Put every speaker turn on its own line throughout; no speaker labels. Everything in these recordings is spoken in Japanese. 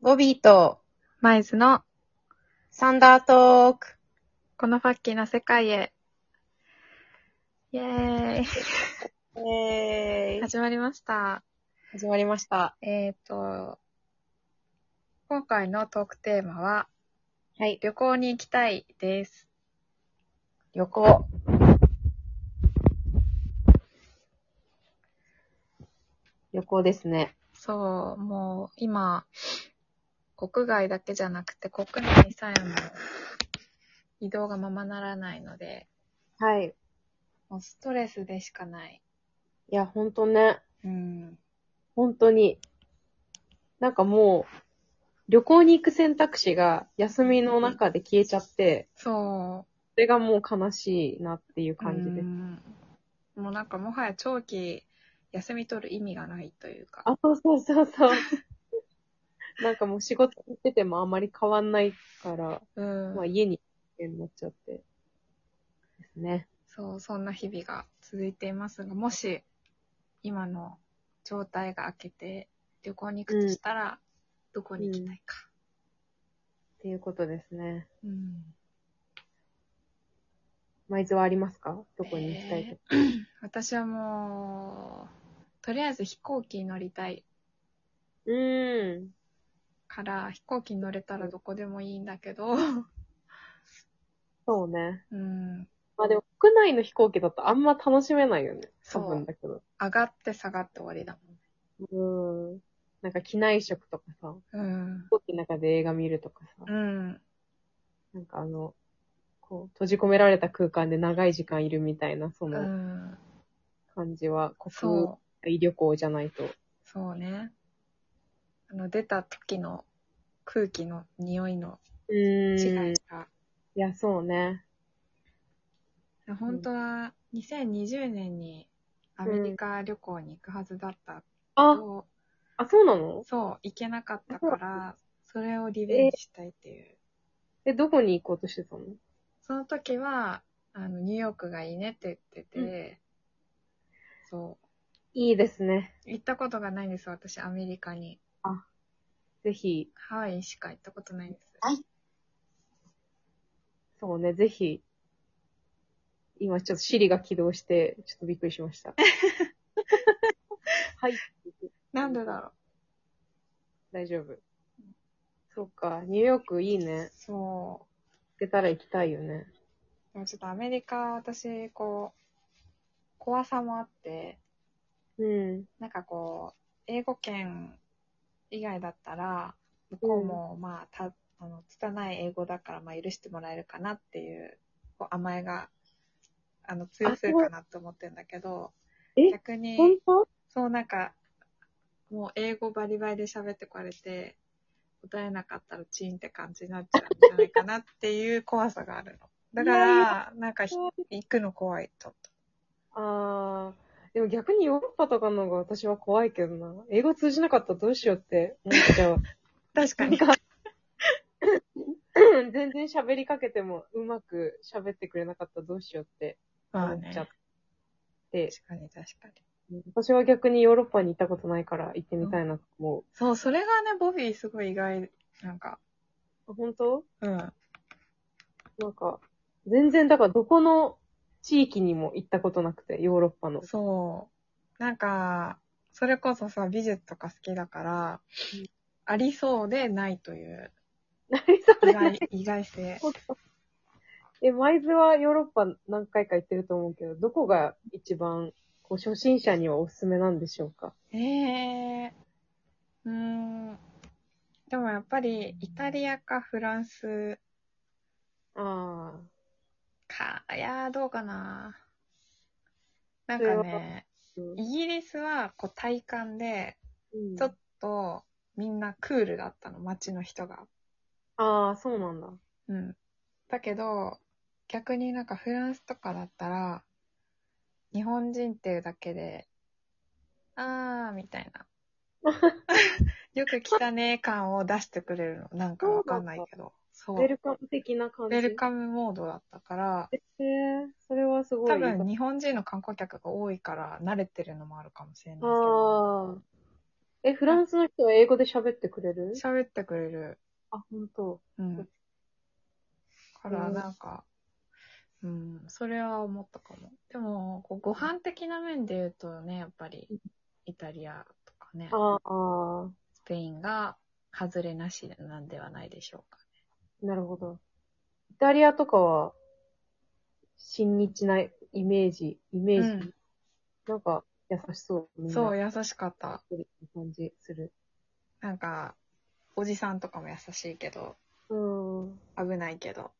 ボビーと
マイズの
サンダートーク。
このファッキーな世界へ。イェーイ。
えー、
始まりました。
始まりました。
えっ、と、今回のトークテーマは
はい。
旅行に行きたいです。
旅行。旅行ですね。
そう、もう今、国外だけじゃなくて国内さえも移動がままならないので、
はい。
もうストレスでしかない。
いや、ほんとね。
うん。
ほんとに。なんかもう、旅行に行く選択肢が休みの中で消えちゃって、
そう。
それがもう悲しいなっていう感じです。
うんもうなんかもはや長期休み取る意味がないというか。
あ、そうそうそう そう。なんかもう仕事行っててもあんまり変わんないから、
うん
まあ、家にになっちゃって。ですね。
そう、そんな日々が続いていますが、もし、今の状態が明けて、旅行に行くとしたら、どこに行きたいか。
っていうことですね。
うん。
舞津はありますかどこに行きたいとか。
私はもう、とりあえず飛行機に乗りたい
うん。
から、飛行機に乗れたらどこでもいいんだけど、
そうね。
うん、
まあでも国内の飛行機だとあんま楽しめないよね。多
そう
分だけど。
上がって下がって終わりだ
うん。なんか機内食とかさ、
もん。
飛行機の中で映画見るとかさ
う、ん。うん。
なんかあの、こう、閉じ込められた空間で長い時間いるみたいな、そうの
ん。
感じは、国
そう。
外旅行じゃないと。
そうね。あの、出た時の空気の匂いの
うん。
違い
い
が。
や、そうね。
本当は2020年にアメリカ旅行に行くはずだったけ
あ、
ど、
あ、そうなの
そう、行けなかったから、それをリベンジしたいっていう。
え、どこに行こうとしてたの
その時は、あの、ニューヨークがいいねって言ってて、そ
いいですね。
う、行ったことがないんです、私、アメリカに。
ぜひ、
ハワイしか行ったことないんです。
はいそうね、ぜひ。今ちょっとシリが起動して、ちょっとびっくりしま した。はい。
なんでだろ
大丈夫。そうか、ニューヨークいいね
う。。そう。
出たら行きたいよね。
でもちょっとアメリカ、私、こう、怖さもあって、
うん。
なんかこう、英語圏以外だったら、向こうも、まあ、た、あの、拙い英語だから、まあ、許してもらえるかなっていう、こう、甘えが、あの、強すぎるかなって思ってるんだけど、
え
逆
本
に、
当
そうなんか、もう英語バリバリで喋ってこられて、答えなかったらチーンって感じになっちゃうんじゃないかなっていう怖さがあるの。だから、なんかひ、行くの怖い、ちょっと。
あー。でも逆にヨーロッパとかの方が私は怖いけどな。英語通じなかったらどうしようって思っち ゃう。
確かに。
全然喋りかけてもうまく喋ってくれなかったらどうしようって
ま
思
あ
っ
ね。
ちゃっ
確
て。
かに確かに。
私は逆にヨーロッパに行ったことないから行ってみたいなと思う。
そう、それがね、ボビーすごい意外、なんか、
あ本当
うん。
なんか、全然だからどこの地域にも行ったことなくて、ヨーロッ パの。
そう。なんか、それこそさ、美術とか好きだから、
うん
ありそうでないという、
なりそうで
意
ない。
外、意外性。
え、舞津はヨーロッパ何回か行ってると思うけど、どこが一番こう初心者にはおすすめなんでしょうか
ええうーん。でもやっぱり、イタリアかフランス
ああ。
か、いやー、どうかな。なん
それ
か
は
ね、
うん
イギリスは、こう、体感で、ちょっと、みんなクールだったの、街の人が。
ああ、そうなんだ。
うん。だけど、逆になんかフランスとかだったら、日本人っていうだけで、あー、みたい な。よく来たね感を出してくれるの。なんかわかんないけど。そう。
ウェルカム的な感
ウ
じ。
ェルカムモードだったから、
えーそれはすごい。
多分日本人の観光客が多いから慣れてるのもあるかもしれないけど。
ああ。え、フランスの人は英語で喋ってくれる
喋ってくれる。
あ、本当。
うん。から、なんか、うん、それは思ったかも。でも、こうご飯的な面で言うとね、やっぱり、イタリアとかね、
ああ、
スペインが、外れなしなんではないでしょうか。
なるほど。イタリアとかは、親日なイメージ、イメージ。
うん
なんか、優しそう。みんな
そう、優しかった。
感じする。
なんか、おじさんとかも優しいけど、
うん。
危ないけど。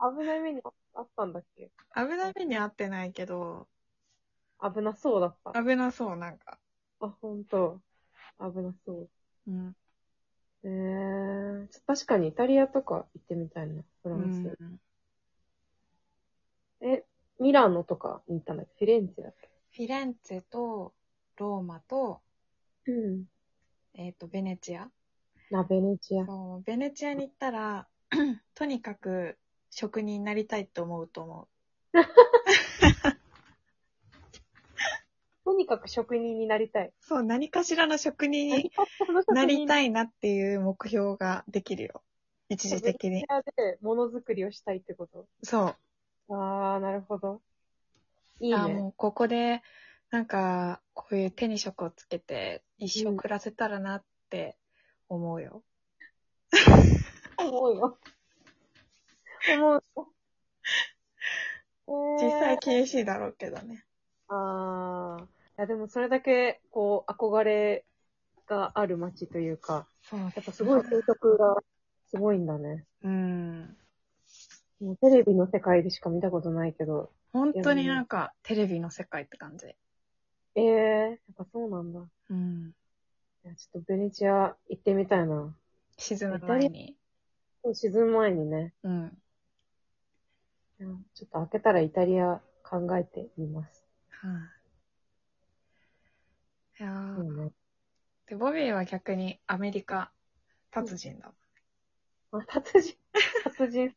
危ない目にああったんだっけ
危ない目に遭ってないけど、
危なそうだった。
危なそう、なんか。
あ、ほんと。危なそう。
うん。
えー、ちょ確かにイタリアとか行ってみたいな、フラ
う
ンス。
ん、
え、ミラノとかに行ったんだっけフィレンツェだっ
フィレンツェと、ローマと、
けうん。
えっ、と、ベネチア。
な、ベネチア。
そう、ベネチアに行った ら、とにかく職人になりたいって思うと思
とにかく職人になりたい。
う。そう、何かしらの職人に なり
い。
たいなっていう目標ができるよ。一時的
ベネチ。
に
アでものづくりをしたいってこと。
そう。
あー、なるほど。いい
あ
ね。
もうここで、なんか、こういう手に職をつけて、一生暮らせたらなって思うよ。
思うよ。思うよ。
実
えー
際厳しいだろうけどね。
ああ。いや、でもそれだけ、こう、憧れがある街というか、
そう、
やっぱすごい風速がすごいんだね。
うん。
もうテレビの世界でしか見たことないけど。
本当になんか、テレビの世界って感じ。
ええやっぱそうなんだ。
うん。
いやちょっとベネチア行ってみたいな。
沈む前に。
沈む前にね。
うん。
いやちょっと開けたらイタリア考えてみます。
はい、いや
そ
ー
うね。
で、ボビーは逆にアメリカ達人だ。
まあ、達人、 達人。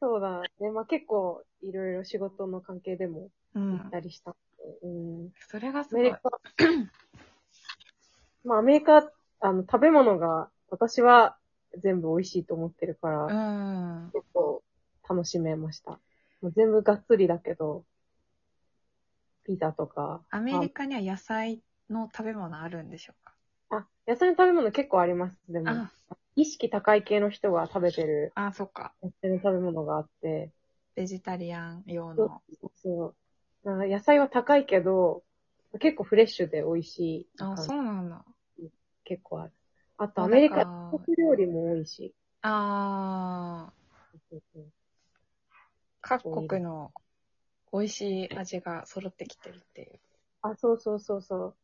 そうだね。まあ結構いろいろ仕事の関係でも
う
行
ん
っ。たりしたので。うん
それがす
ア
ご
メ
い
リ。カ。まあ、アメリカ、あの、食べ物が、私は全部美味しいと思ってるから、
うん。
結構楽しめました。もう全部がっつりだけど、ピザとか。
アメリカには野菜の食べ物あるんでしょうか
あ、野菜の食べ物結構あります。でも
あ、
意識高い系の人が食べてる
あ、そっか。
野菜の食べ物があって、
ベジタリアン用の。
そう。なんか野菜は高いけど、結構フレッシュで美味しい
あ、
感じ
そうなんだ。
結構ある。あと、アメリ
な
カ、
んか
国料理も多いし。
あー、
そうそう
各国の美味しい味が揃ってきてるっていう。
あ、そうそうそうそう。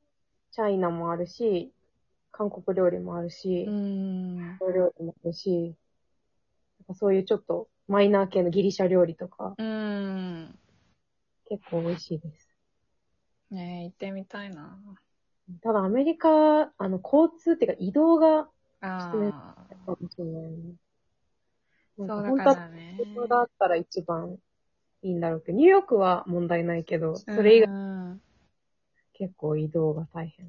チャイナもあるし、韓国料理もあるし
う、ん。
韓国料理もあるし、やっぱそういうちょっとマイナー系のギリシャ料理とか、
うん。
結構美味しいです。
ねえ、行ってみたいな。
ただアメリカ、あの、交通っていうか移動が、
あ
やっぱ面白いね。
ー、
な
そ
ん
う
か本
だか
当は、
らね。
移動だったら一番いいんだろうけど、ニューヨークは問題ないけど、それ以外
外。
結構移動が大変。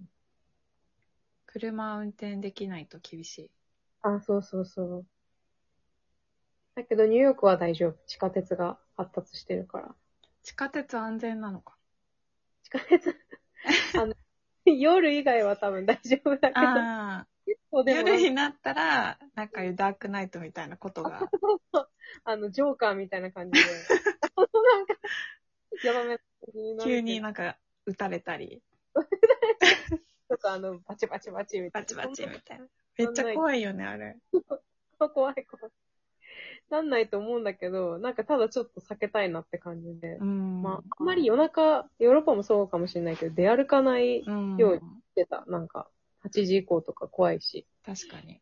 車運転できないと厳しい。
あ、そうそうそう。だけどニューヨークは大丈夫。地下鉄が発達してるから。
地下鉄安全なのか。
地下 鉄、あの、夜以外は多分大丈夫だけど、
あ
そう
ー、
でもな
夜
んか
になったら、なんかダークナイトみたいなこ とが。
あの、ジョーカーみたいな感じ で、ほんとなんか、やばめになる
急になんか撃たれたり、
とか、あの、バチバチバチみたい
バ
な。
チバチみたいな。め
そ
っ
ん
ち
な
ゃ怖いよね、あれ。
な。怖い怖い。なんないと思うんだけど、なんかただちょっと避けたいなって感じで。
うん。
まあ、あんまり夜中、ヨーロッパもそうかもしれないけど、出歩かない
うん。
料理ってた。なんか、8時以降とか怖いし。
確かに。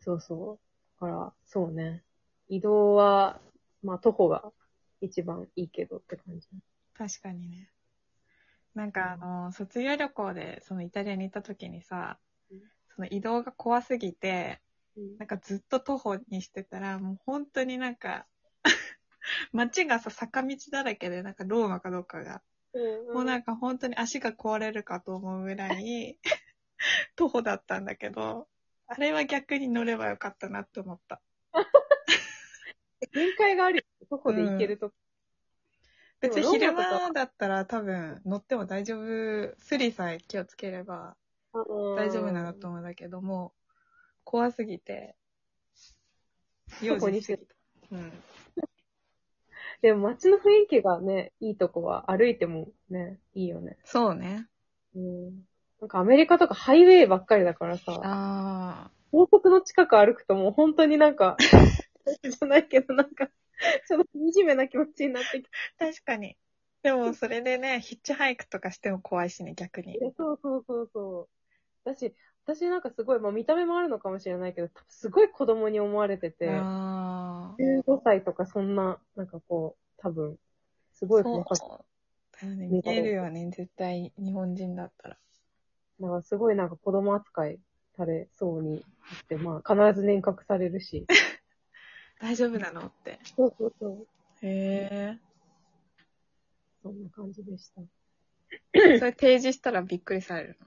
そうそう。だから、そうね。移動は、まあ、徒歩が一番いいけどって感じ。
確かにね。なんかあの、卒業旅行で、そのイタリアに行った時にさ
うん、
その移動が怖すぎて、なんかずっと徒歩にしてたら、もう本 当になんか、街がさ、坂道だらけで、なんかローマかどうかが、もうなん
か、
か本当に足が壊れるかと思うぐらい、 徒歩だったんだけど、あれは逆に乗ればよかったなって思った。
限界があるよ。どこで行けるとこ。でも
別に昼
ローマと
間だったら多分乗っても大丈夫、スリさえ気をつければ大丈夫なんだと思うんだけども、怖すぎて、用心しすぎた。うん。
でも街の雰囲気がね、いいとこは歩いてもね、いいよね。
そうね。
うん。なんかアメリカとかハイウェイばっかりだからさ、
ああ。
高速の近く歩くともう本当になんか、 じゃないけどなんか、ちょっと惨めな気持ちになってきて。
確かに。でもそれでね、ヒッチハイクとかしても怖いしね、逆に。
そうそうそうそう。だし、私なんかすごい、まあ見た目もあるのかもしれないけど、多分すごい子供に思われてて、
ああ。
15歳とかそんな、なんかこう、多分、すごい
そう
細かく
だよね、見
見た目
えるよね、絶対、日本人だったら。
なんかすごいなんか子供扱いされそうになって、まあ必ず年覚される し。
大丈夫なのって。
そうそうそう。
へえ。
そんな感じでした。
それ提示したらびっくりされる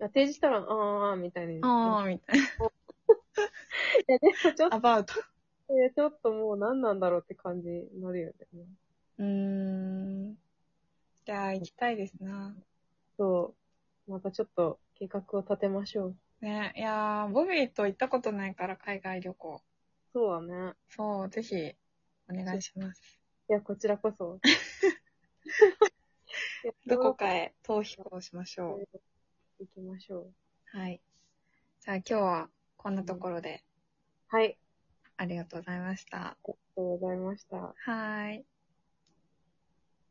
あ提示したら、あー、みたい
のあ
な。
あ、みたい
いや、でもちょっ
な。アバウト。
と、えーちょっともう何なんだろうって感じになるよね。
うーん。じゃあ、行きたいですな。
そう。またちょっと計画を立てましょう。
ね、いやー、ボビーと行ったことないから、海外旅行。
そうだね。
そう、ぜひ、お願いします。
いや、こちらこそ。いや
どこかへ逃避行しまし ょ
行きましょう。
う。はい。じゃあ、今日はこんなところで、
はい。
ありがとうございました。
ありがとうございました。
はーい。